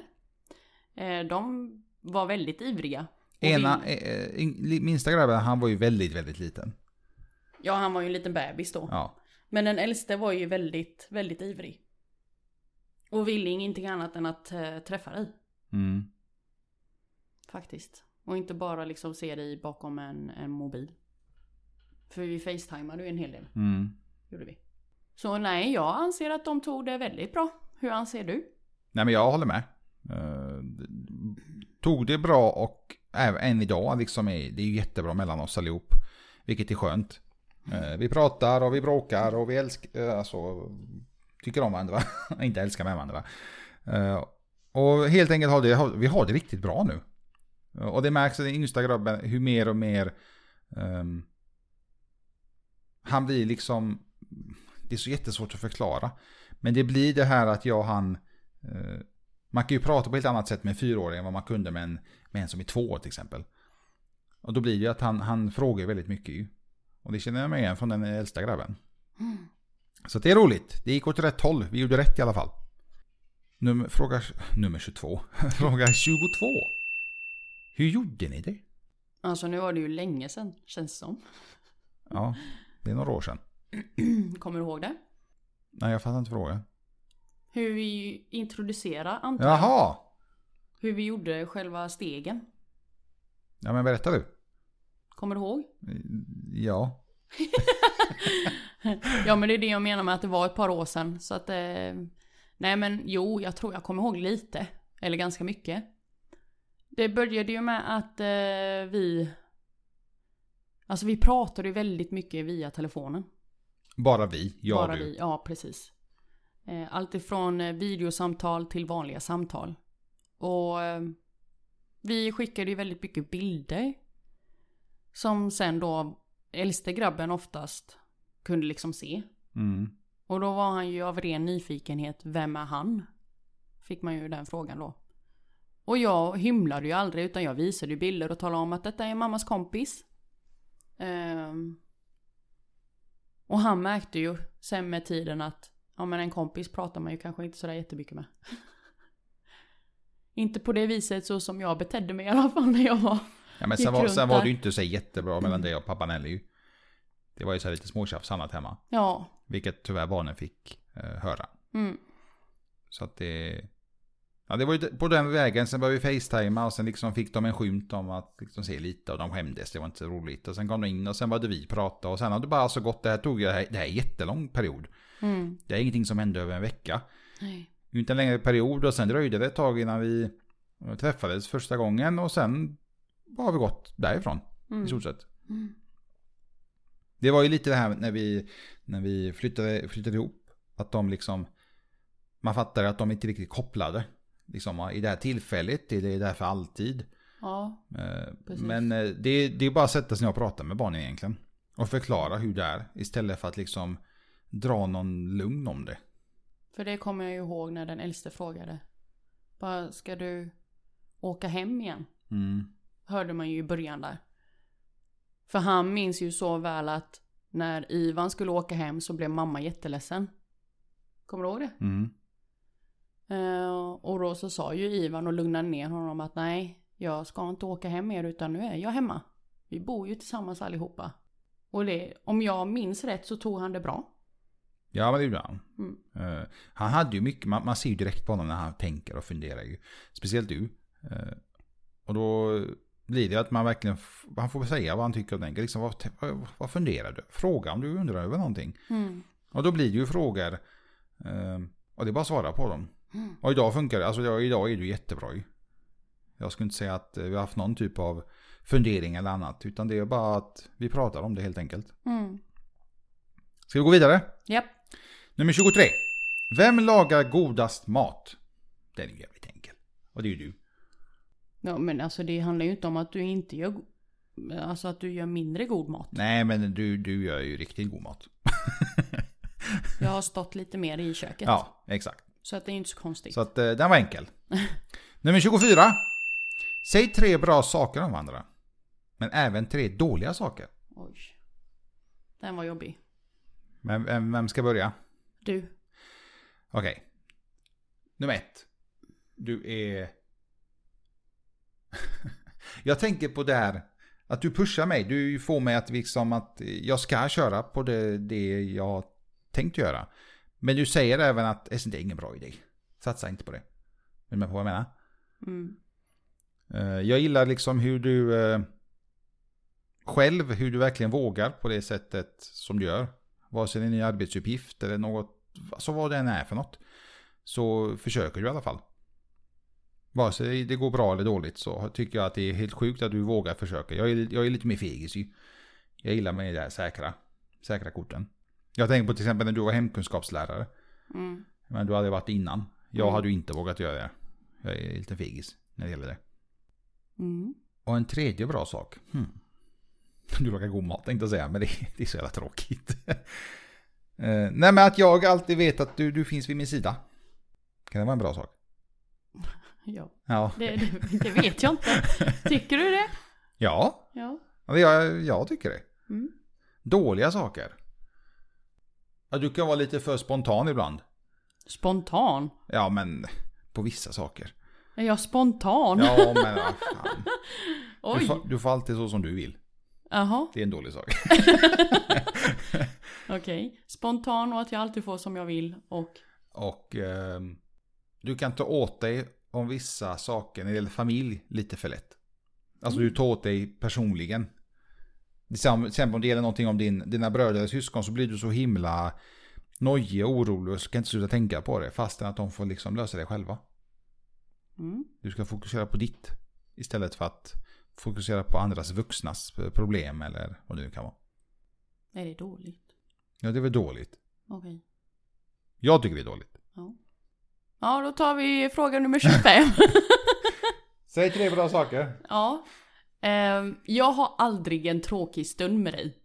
B: Eh, de var väldigt ivriga. Och
A: Ena,
B: vill-
A: eh, eh, in- minsta grabben, han var ju väldigt, väldigt liten.
B: Ja, han var ju en liten bebis då.
A: Ja.
B: Men den äldste var ju väldigt, väldigt ivrig. Och ville ingenting annat än att eh, träffa dig.
A: Mm.
B: Faktiskt. Och inte bara liksom se dig bakom en, en mobil. För vi facetimade ju en hel del.
A: Mm.
B: Gjorde vi. Så nej, jag anser att de tog det väldigt bra. Hur anser du?
A: Nej men jag håller med. Eh, d- tog det bra och även än idag liksom är det är ju jättebra mellan oss allihop. Vilket är skönt. Eh, vi pratar och vi bråkar och vi älskar, uh, alltså, tycker om varandra. Inte älskar med varandra. Eh, och helt enkelt har det, har, vi har det riktigt bra nu. Eh, och det märks i den yngsta grabben hur mer och mer ehm, han blir liksom, det är så jättesvårt att förklara. Men det blir det här att jag och han Eh, Man kan ju prata på ett helt annat sätt med en fyraåring än vad man kunde med en, med en som är två år till exempel. Och då blir det ju att han, han frågar väldigt mycket ju. Och det känner jag mig
B: Mm.
A: igen från den äldsta grabben. Så det är roligt. Det gick åt rätt håll. Vi gjorde rätt i alla fall. Nummer, fråga nummer 22. fråga 22. Hur gjorde ni det?
B: Alltså nu var det ju länge sedan, känns det som.
A: Ja, det är några år sedan.
B: Kommer du ihåg det?
A: Nej, jag fattar inte frågan.
B: Hur vi introducerade, antar jag.
A: Jaha!
B: Hur vi gjorde själva stegen.
A: Ja, men berätta du.
B: Kommer du ihåg?
A: Ja.
B: Ja men det är det jag menar med att det var ett par år sedan. Så att... Eh, nej men jo, jag tror jag kommer ihåg lite. Eller ganska mycket. Det började ju med att eh, vi... Alltså vi pratade ju väldigt mycket via telefonen.
A: Bara vi, jag och
B: Bara
A: du.
B: vi, ja precis. Eh, Allt ifrån eh, videosamtal till vanliga samtal. Och eh, vi skickade ju väldigt mycket bilder. Som sen då äldste grabben oftast kunde liksom se.
A: Mm.
B: Och då var han ju av ren nyfikenhet, vem är han? Fick man ju den frågan då. Och jag hymlade ju aldrig utan jag visade ju bilder och talade om att detta är mammas kompis. Ehm. och han märkte ju sen med tiden att ja men en kompis pratar man ju kanske inte sådär jättemycket med. inte på det viset så som jag betedde mig i alla fall när jag var.
A: Ja, men
B: Gick
A: sen var,
B: runt
A: sen var
B: där. Mm.
A: det ju inte så jättebra mellan dig och pappa Nelly. ju. Det var ju så här lite småtjafs annat hemma.
B: Ja,
A: Vilket tyvärr barnen fick eh, höra.
B: mm,
A: Så att det... Ja, det var ju d- på den vägen. Sen började vi facetima och sen liksom fick de en skymt om att liksom se lite och de skämdes. Det var inte så roligt. Och sen kom de in och sen började vi prata och sen har det bara så gått. Det här tog ju, det här, det här är en jättelång period.
B: mm,
A: Det är ingenting som hände över en vecka.
B: nej,
A: Det är Inte en längre period och sen dröjde det ett tag innan vi träffades första gången och sen har vi gått därifrån i
B: mm,
A: stort sett.
B: mm,
A: Det var ju lite det här när vi, när vi flyttade, flyttade ihop. Att de liksom... Man fattade att de inte riktigt kopplade. Liksom, I det här tillfället, i det är där för alltid.
B: ja,
A: Eh,
B: Precis.
A: Men eh, det, det är bara att sätta sig ner och prata med barnen egentligen. Och förklara hur det är. Istället för att liksom dra någon lugn om det.
B: För det kommer jag ju ihåg när den äldste frågade. Bara, ska du åka hem igen? Hörde man ju i början där. För han minns ju så väl att när Ivan skulle åka hem så blev mamma jätteledsen. Kommer du ihåg det?
A: Mm.
B: Eh, och då så sa ju Ivan och lugnade ner honom att nej, jag ska inte åka hem mer utan nu är jag hemma. Vi bor ju tillsammans allihopa. Och det, om jag minns rätt så tog han det bra.
A: Ja, men det gjorde han.
B: Mm.
A: Eh, Han hade ju mycket, man, man ser ju direkt på honom när han tänker och funderar ju. Speciellt du. Eh, Och då blir det ju att man verkligen, f- han får säga vad han tycker och tänker. Liksom, vad, t- vad- vad funderar du? Fråga om du undrar över någonting.
B: Mm.
A: Och då blir det ju frågor. eh, Och det är bara att svara på dem.
B: Mm.
A: Och idag funkar det, alltså idag- idag är du jättebra ju. Jag skulle inte säga att eh, vi har haft någon typ av fundering eller annat. Utan det är bara att vi pratar om det helt enkelt.
B: Mm.
A: Ska vi gå vidare?
B: Japp.
A: Nummer 23. Vem lagar godast mat? Den är ju jävligt enkel. Och det är ju du.
B: Ja men alltså det handlar ju inte om att du inte gör go- Alltså att du gör mindre god mat.
A: Nej men du, du gör ju riktigt god mat.
B: Jag har stått lite mer i köket.
A: Ja, exakt.
B: Så att det är inte så konstigt.
A: Så att eh, den var enkel. Nummer 24. Säg tre bra saker om varandra. Men även tre dåliga saker.
B: Oj. Den var jobbig.
A: Men vem, vem ska börja?
B: Du.
A: Okej. Nummer ett. Du är... jag tänker på det här. Att du pushar mig. Du får mig att liksom att jag ska köra på det, det jag tänkt göra. Men du säger även att "Alltså, det är ingen bra idé. Satsa inte på det. Är du med på vad jag menar?
B: Mm.
A: Eh, Jag gillar liksom hur du eh, själv, hur du verkligen vågar på det sättet som du gör. Vare sig det är en ny arbetsuppgift eller något, alltså vad det än är för något. Så försöker du i alla fall. Vare sig det går bra eller dåligt så tycker jag att det är helt sjukt att du vågar försöka. Jag är, jag är lite mer fegis ju. Jag gillar mig i det här säkra, säkra korten. Jag tänker på till exempel när du var hemkunskapslärare.
B: Mm.
A: Men du hade varit innan. Jag
B: Mm.
A: hade ju inte vågat göra det. Jag är lite fegis när det gäller det.
B: Mm.
A: Och en tredje bra sak. Hmm. Du lagar god mat tänkte jag säga, men det, det är så jävla tråkigt. Eh, nej men att jag alltid vet att du, du finns vid min sida. Kan det vara en bra sak?
B: Ja.
A: Ja.
B: Det, det, det vet jag inte. Tycker du det?
A: Ja,
B: Ja.
A: ja, det- jag, jag tycker det.
B: Mm.
A: Dåliga saker. Ja, du kan vara lite för spontan ibland.
B: Spontan.
A: Ja men, På vissa saker.
B: Är jag spontan?
A: Ja, men vad fan. Du
B: Oj!
A: får, du får alltid så som du vill.
B: Jaha,
A: Det är en dålig sak.
B: okej. Spontan och att jag alltid får som jag vill och...
A: Och ehm, du kan ta åt dig om vissa saker när det gäller familj lite för lätt. Alltså du tar åt dig personligen. Det är sam- Till exempel om det gäller någonting om din, dina bröder eller syskon så blir du så himla nojig och orolig och så kan inte sluta tänka på det fastän att de får liksom lösa det själva.
B: Mm.
A: Du ska fokusera på ditt istället för att fokusera på andras vuxnas eh, problem eller vad det nu kan vara.
B: Är det dåligt?
A: Ja, det är väl dåligt.
B: Okej.
A: Jag tycker det är dåligt.
B: Ja. ja, då tar vi fråga nummer 25.
A: Säg tre bra saker.
B: ja. Ehm, jag har aldrig en tråkig stund med dig.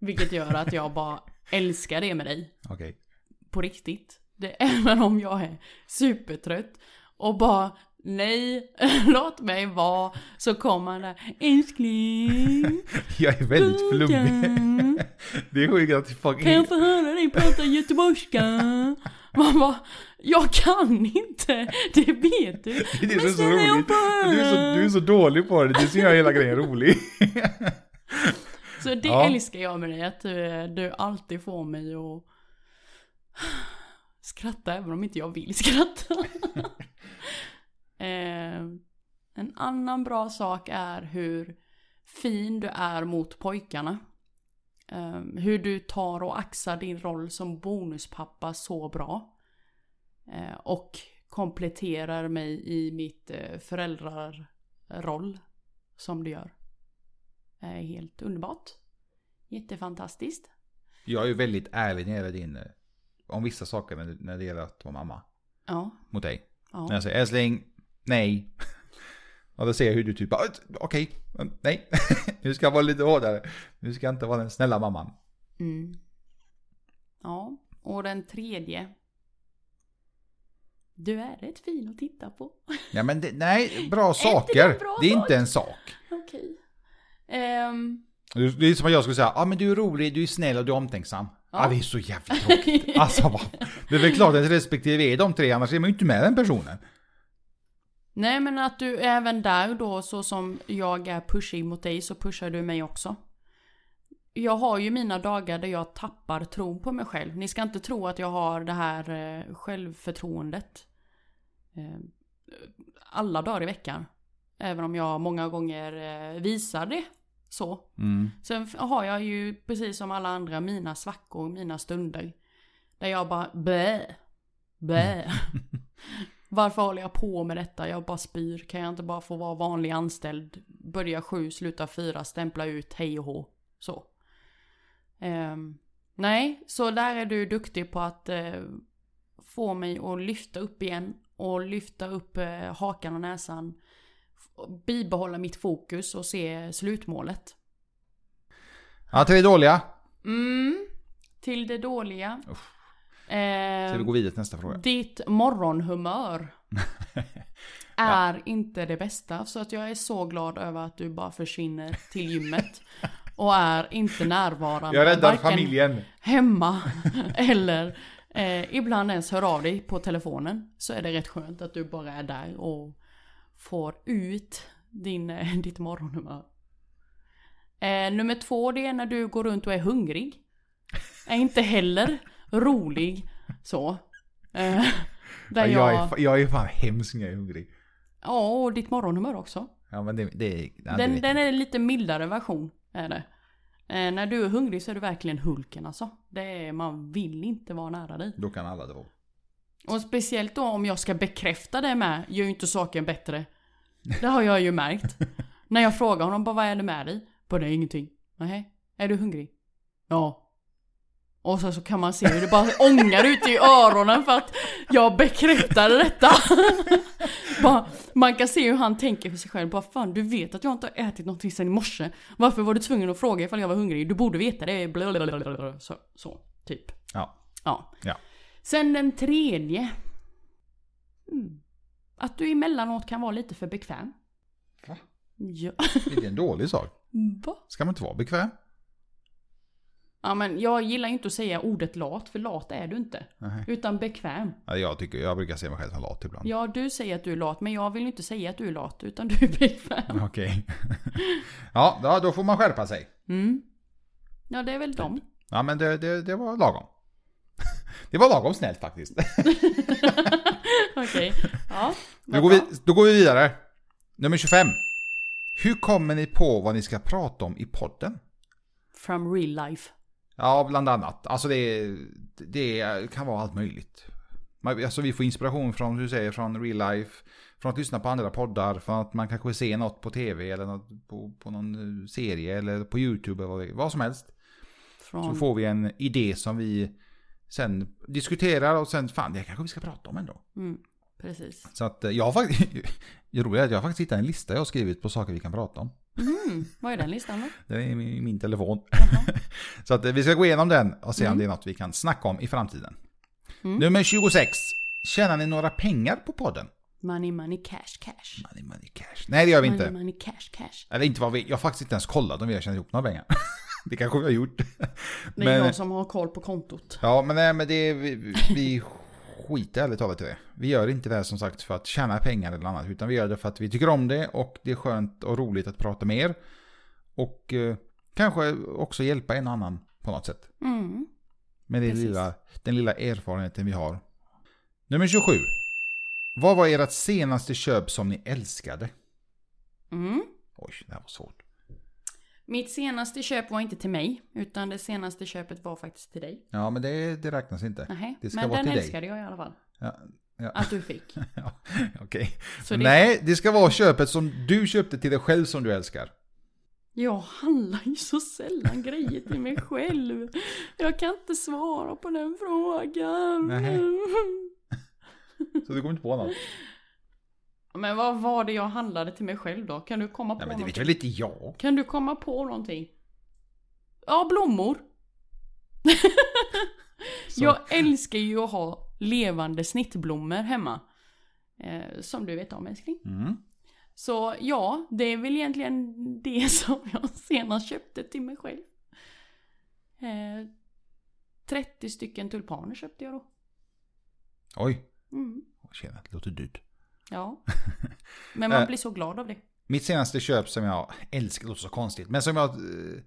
B: Vilket gör att jag bara älskar det med dig.
A: Okej.
B: på riktigt. Det, även om jag är supertrött och bara nej, låt mig vara. Så kommer han där, älskling.
A: Jag är väldigt flummig.
B: Kan
A: Det är sjukt att fucking...
B: jag få höra dig prata göteborgska? Man bara, jag kan inte, det vet du.
A: Det är
B: Men
A: så, så
B: snälla, jag
A: roligt.
B: får
A: Du är så,
B: höra.
A: du är så dålig på det. Det som gör hela grejen rolig.
B: Så det
A: Ja.
B: älskar jag med dig, att du, du alltid får mig att skratta även om inte jag vill skratta. eh, en annan bra sak är hur fin du är mot pojkarna. Eh, hur du tar och axar din roll som bonuspappa så bra. Eh, och kompletterar mig i mitt eh, föräldraroll som du gör är helt underbart. Jättefantastiskt.
A: Jag är ju väldigt ärlig när det gäller din... eh, Om vissa saker när, när det gäller att vara mamma.
B: Ja,
A: Mot dig.
B: ja.
A: När jag säger älskling, nej. Och då ser jag hur du typ bara, okej, mm, nej. Nu ska jag vara lite hårdare. Nu ska jag inte vara den snälla mamman.
B: Mm. Ja, och den tredje. Du är rätt fin att titta på.
A: Ja, men det, nej, bra
B: det en
A: saker.
B: bra
A: det är
B: sak?
A: inte en sak.
B: Okej. Ehm,
A: Det är som att jag skulle säga, ja ah, men du är rolig, du är snäll och du är omtänksam. Ja,
B: Ja.
A: det är så jävla tråkigt. Alltså vad. Det är väl klart att respektive är de tre, annars är man ju inte med den personen.
B: nej men att du även där då så som jag är pushig mot dig så pushar du mig också. Jag har ju mina dagar där jag tappar tron på mig själv. Ni ska inte tro att jag har det här eh, självförtroendet. eh, alla dagar i veckan. Även om jag många gånger eh, visar det så.
A: Mm.
B: Sen f- har jag ju precis som alla andra mina svackor, mina stunder. Där jag bara blä, blä. Varför håller jag på med detta? Jag bara spyr. Kan jag inte bara få vara vanlig anställd? Börja sju, sluta fyra, stämpla ut, hej och hå. Så. Ehm, nej, så där är du duktig på att eh, få mig att lyfta upp igen och lyfta upp eh, hakan och näsan. F- Bibehålla mitt fokus och se slutmålet.
A: Ja, tre dåliga.
B: Mm. Till det dåliga.
A: Ska
B: Eh,
A: vi gå vidare till nästa fråga?
B: ditt morgonhumör är inte det bästa. Så att jag är så glad över att du bara försvinner till gymmet. Och är inte närvarande.
A: Jag räddar
B: varken
A: familjen.
B: Hemma eller eh, ibland ens hör av dig på telefonen. Så är det rätt skönt att du bara är där och får ut din, eh, ditt morgonhumör. Eh, nummer två det är när du går runt och är hungrig. Är inte heller rolig så. Eh,
A: Ja,
B: där
A: jag,
B: jag...
A: är, fa- jag är fan hemsk när jag är hungrig.
B: Ja, och ditt morgonhumör också.
A: Ja, men det, det är... Ja, det
B: Den,
A: vet
B: den
A: jag.
B: är en lite mildare version. Är det. Eh, när du är hungrig så är du verkligen Hulken alltså. Det är, man vill inte vara nära dig.
A: Då kan alla dra.
B: Och speciellt då om jag ska bekräfta det med, gör ju inte saken bättre. Det har jag ju märkt. När jag frågar honom bara vad är det med dig? Bara det är ingenting. Nej. Är du hungrig? Ja. Och så, så kan man se hur det bara ångar ut i öronen för att jag bekräftade detta. bara, man kan se hur han tänker för sig själv. Bara fan du vet att jag inte har ätit någonting sedan i morse. Varför var du tvungen att fråga ifall jag var hungrig? Du borde veta det. Blablabla. Så, så typ.
A: Ja.
B: Ja.
A: Ja.
B: Sen den tredje. Mm. Att du emellanåt kan vara lite för bekväm.
A: Va?
B: Ja.
A: Det är en dålig sak.
B: Va?
A: Ska man inte vara bekväm?
B: Ja, men jag gillar ju inte att säga ordet lat, för lat är du inte.
A: Nej. Mm.
B: Utan bekväm.
A: Ja, Jag, tycker, jag brukar se mig själv som lat ibland.
B: Ja, du säger att du är lat, men jag vill ju inte säga att du är lat, utan du är bekväm.
A: Okej. ja, ja, då får man skärpa sig.
B: Mm. Ja, det är väl dem.
A: Ja, men det, det, det var lagom. det var lagom snällt faktiskt.
B: Okej. Ja.
A: Då går, vi, då går vi vidare. Nummer 25. Hur kommer ni på vad ni ska prata om i podden?
B: From real life.
A: Ja, bland annat. Alltså det, det kan vara allt möjligt. Man- Alltså vi får inspiration från, som du säger, från real life. Från att lyssna på andra poddar, från att man kanske ser något på tv eller något på, på någon eh, serie eller på YouTube eller vad, det- vad som helst. Så
B: Från...
A: får vi en idé som vi sen diskuterar och sen fan, det här kanske vi ska prata om ändå.
B: Mm, precis.
A: Så att eh, jag har faktiskt, det roliga är att jag har faktiskt hittat en lista jag har skrivit på saker vi kan prata om.
B: Mm. Vad är den listan då?
A: Den är i min- i min telefon. Så att eh, vi ska gå igenom den och se om det är något vi kan snacka om i framtiden.
B: Mm.
A: Nummer 26. Tjänar ni några pengar på podden?
B: Money, money, cash, cash.
A: Money, money, cash. Nej, det gör vi
B: Money,
A: inte.
B: money, cash, cash.
A: Eller inte vad vi... Jag har faktiskt inte ens kollat om vi har tjänat ihop några pengar. Det kanske vi har gjort.
B: Det är
A: Men-
B: jag som har koll på kontot.
A: Ja, men nej, men det... Vi, vi skiter ärligt talat i det. Vi gör inte det här som sagt för att tjäna pengar eller annat. Utan vi gör det för att vi tycker om det och det är skönt och roligt att prata med er. Och eh, kanske också hjälpa en och annan på något sätt.
B: Mm.
A: Med det
B: Precis.
A: lilla, den lilla erfarenheten vi har. Nummer 27. Vad var ert senaste köp som ni älskade?
B: Mm.
A: Oj, det här var svårt.
B: Mitt senaste köp var inte till mig, utan det senaste köpet var faktiskt till dig.
A: Ja, men det, det räknas inte.
B: Nähä,
A: Det ska
B: men
A: vara
B: den
A: till dig.
B: älskade jag i alla fall.
A: Ja, ja.
B: Att du fick.
A: ja, Okej.
B: Så det,
A: Nej, det ska vara köpet som du köpte till dig själv som du älskar.
B: Jag handlar ju så sällan grejer till mig själv. Jag kan inte svara på den frågan.
A: Nähä. Så du kommer inte på något?
B: Men vad var det jag handlade till mig själv då? Kan du komma på
A: Nej, men det
B: någonting?
A: vet väl inte jag.
B: Kan du komma på någonting? Ja, blommor.
A: Så-
B: Jag älskar ju att ha levande snittblommor hemma. Eh, som du vet om älskling.
A: Mm.
B: Så ja, det är väl egentligen det som jag senast köpte till mig själv. Eh, 30 stycken tulpaner köpte jag då.
A: Oj,
B: Mm,
A: tjena, det låter dyrt.
B: ja. Men man
A: Eh.
B: blir så glad av det.
A: Mitt senaste köp som jag älskar, det låter så konstigt, men som jag... eh,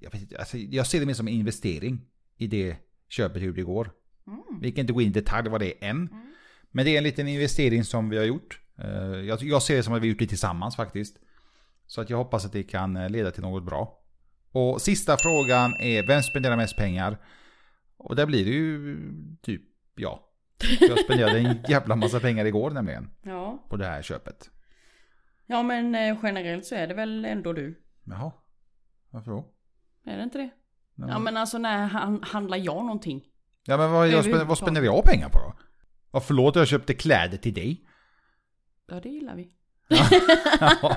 A: Jag, vet inte, alltså, jag ser det mer som en investering i det köpet hur det går.
B: Mm.
A: Vi kan inte gå in i detalj vad det är än. Men det är en liten investering som vi har gjort. Eh, Jag, jag ser det som att vi har gjort det tillsammans faktiskt. Så att jag hoppas att det kan eh, leda till något bra. Och sista frågan är, vem spenderar mest pengar? Och där blir det ju typ jag. Jag spenderade en jävla massa pengar igår nämligen,
B: Ja.
A: på det här köpet.
B: ja, men eh, generellt så är det väl ändå du.
A: Jaha. Varför då?
B: Är det inte det?
A: Nej,
B: Ja, men alltså när han, handlar jag någonting?
A: ja, men vad, jag, spen- vad
B: Överhuvudtaget.
A: spenderar jag pengar på då? Ja, förlåt, jag köpte kläder till dig.
B: Ja, det gillar vi.
A: Ja.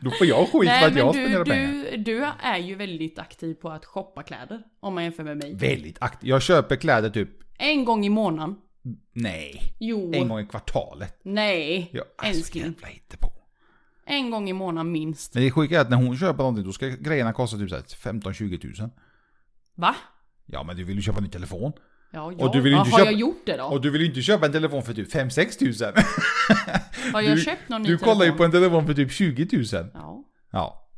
A: då får jag skit för att jag
B: du,
A: spenderar pengar.
B: du, du är ju väldigt aktiv på att shoppa kläder. Om man jämför med mig.
A: Väldigt aktiv. Jag köper kläder typ,
B: En gång i månaden.
A: nej,
B: Jo.
A: en gång alltså, i kvartalet.
B: Nej.
A: Jag,
B: Älskling.
A: jävla hittepå.
B: En gång i månaden minst.
A: Men det sjuka är att när hon köper någonting då ska grejerna kosta typ så här 15-20 tusen.
B: Va?
A: Ja men du vill ju köpa en ny telefon.
B: Ja,
A: Och
B: ja.
A: du vill
B: ja,
A: inte
B: har
A: köpa-
B: jag gjort det då?
A: Och du vill ju inte köpa en telefon för typ 5-6 tusen.
B: har jag
A: du-
B: köpt någon ny
A: Du kollar ju
B: telefon?
A: på en telefon för typ 20 tusen.
B: Ja,
A: Ja.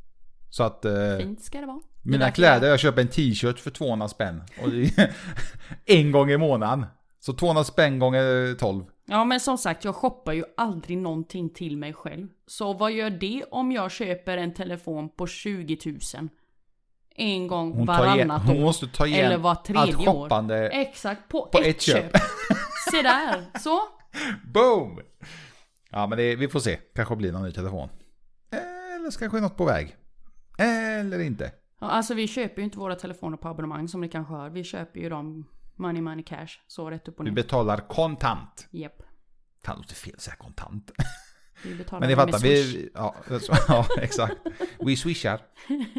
A: Så att... Eh,
B: fint ska det vara. Det är
A: Mina
B: därför
A: kläder, jag köper en t-shirt för 200 spänn. Och det, en gång i månaden. Så 200 spänn gånger 12.
B: jag- Ja, men som sagt, jag shoppar ju aldrig någonting till mig själv. Så vad gör det om jag köper en telefon på 20 000? En gång
A: Hon, tar igen,
B: varannat år.
A: hon måste ta
B: Eller
A: igen
B: var tredje
A: allt
B: år. Eh.
A: shoppande.
B: Exakt, på,
A: På
B: ett,
A: ett köp.
B: köp. Se där, så.
A: Boom! Ja men det, vi får se. Kanske blir någon ny telefon. Eller så kanske är något på väg. Eller inte.
B: Ja, alltså vi köper ju inte våra telefoner på abonnemang som ni kanske hör. Vi köper ju dem money money cash, så rätt upp och
A: Du
B: ner.
A: betalar kontant.
B: Japp.
A: Fan det låter fel att säga kontant.
B: Vi betalar
A: Men ni
B: dem i
A: fattar.
B: Swish.
A: Vi, ja, så- ja exakt. Vi swishar.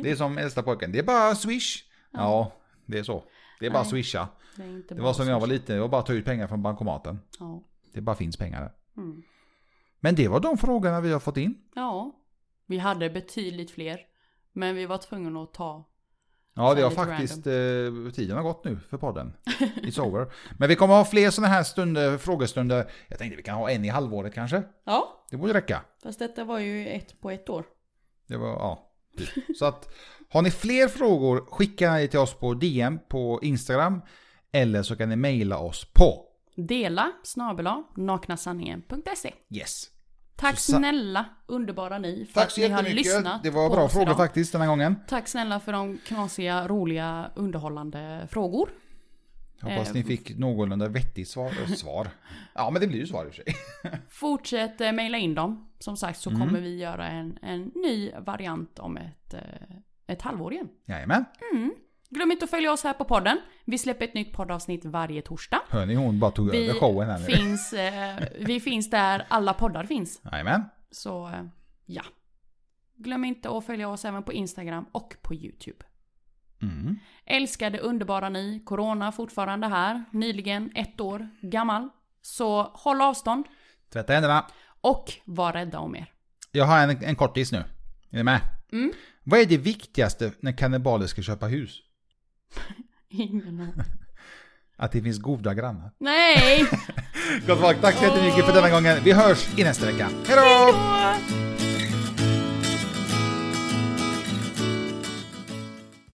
A: Det är som äldsta pojken. Det är bara swish. Ja det är så. Det är bara
B: Nej.
A: swisha.
B: Det, är inte
A: Det
B: bra
A: var som när jag var
B: Swish.
A: liten, det var bara att ta ut pengar från bankomaten.
B: Ja.
A: Det bara finns pengar där.
B: Mm.
A: Men det var de frågorna vi har fått in.
B: ja. Vi hade betydligt fler. Men vi var tvungna att ta
A: Ja, det har
B: Väldigt
A: faktiskt, eh, tiden har gått nu för podden. It's over. Men vi kommer ha fler sådana här stunder, frågestunder. Jag tänkte vi kan ha en i halvåret kanske.
B: Ja,
A: Det borde räcka.
B: fast detta var ju ett på ett år.
A: Det var, ja. typ. Så att, har ni fler frågor, skicka till oss på DM på Instagram. Eller så kan ni mejla oss på.
B: Dela snabela naknasanningen.se
A: Yes.
B: Tack
A: Så sa-
B: snälla underbara ni för
A: Tack
B: att
A: så
B: ni har
A: jättemycket.
B: lyssnat
A: Det var
B: på
A: bra
B: oss
A: frågor
B: idag.
A: faktiskt den här gången.
B: Tack snälla för de knasiga, roliga, underhållande frågor.
A: Hoppas
B: Eh,
A: ni fick någorlunda vettigt svar. Eh, svar. Ja, men det blir ju svar i och för sig.
B: Fortsätt eh, mejla in dem. Som sagt så
A: Mm.
B: kommer vi göra en, en ny variant om ett, eh, ett halvår igen.
A: Jajamän.
B: Glöm inte att följa oss här på podden. Vi släpper ett nytt poddavsnitt varje torsdag.
A: Hör ni hon bara tog över
B: Vi
A: showen här nu.
B: finns, eh, vi finns där alla poddar finns.
A: Jajamän.
B: Så eh, ja. Glöm inte att följa oss även på Instagram och på YouTube.
A: Mm.
B: Älskade underbara ni, Corona fortfarande här, nyligen ett år gammal. Så håll avstånd
A: Tvätta händerna.
B: och var rädda om er.
A: Jag har en, en kortis nu. Är ni med?
B: Mm.
A: Vad är det viktigaste när kannibaler ska köpa hus?
B: Ingen aning.
A: Att det finns goda grannar.
B: Nej!
A: Gott folk, tack så jättemycket för denna gången. Vi hörs i nästa vecka. Hej då!
B: Åh!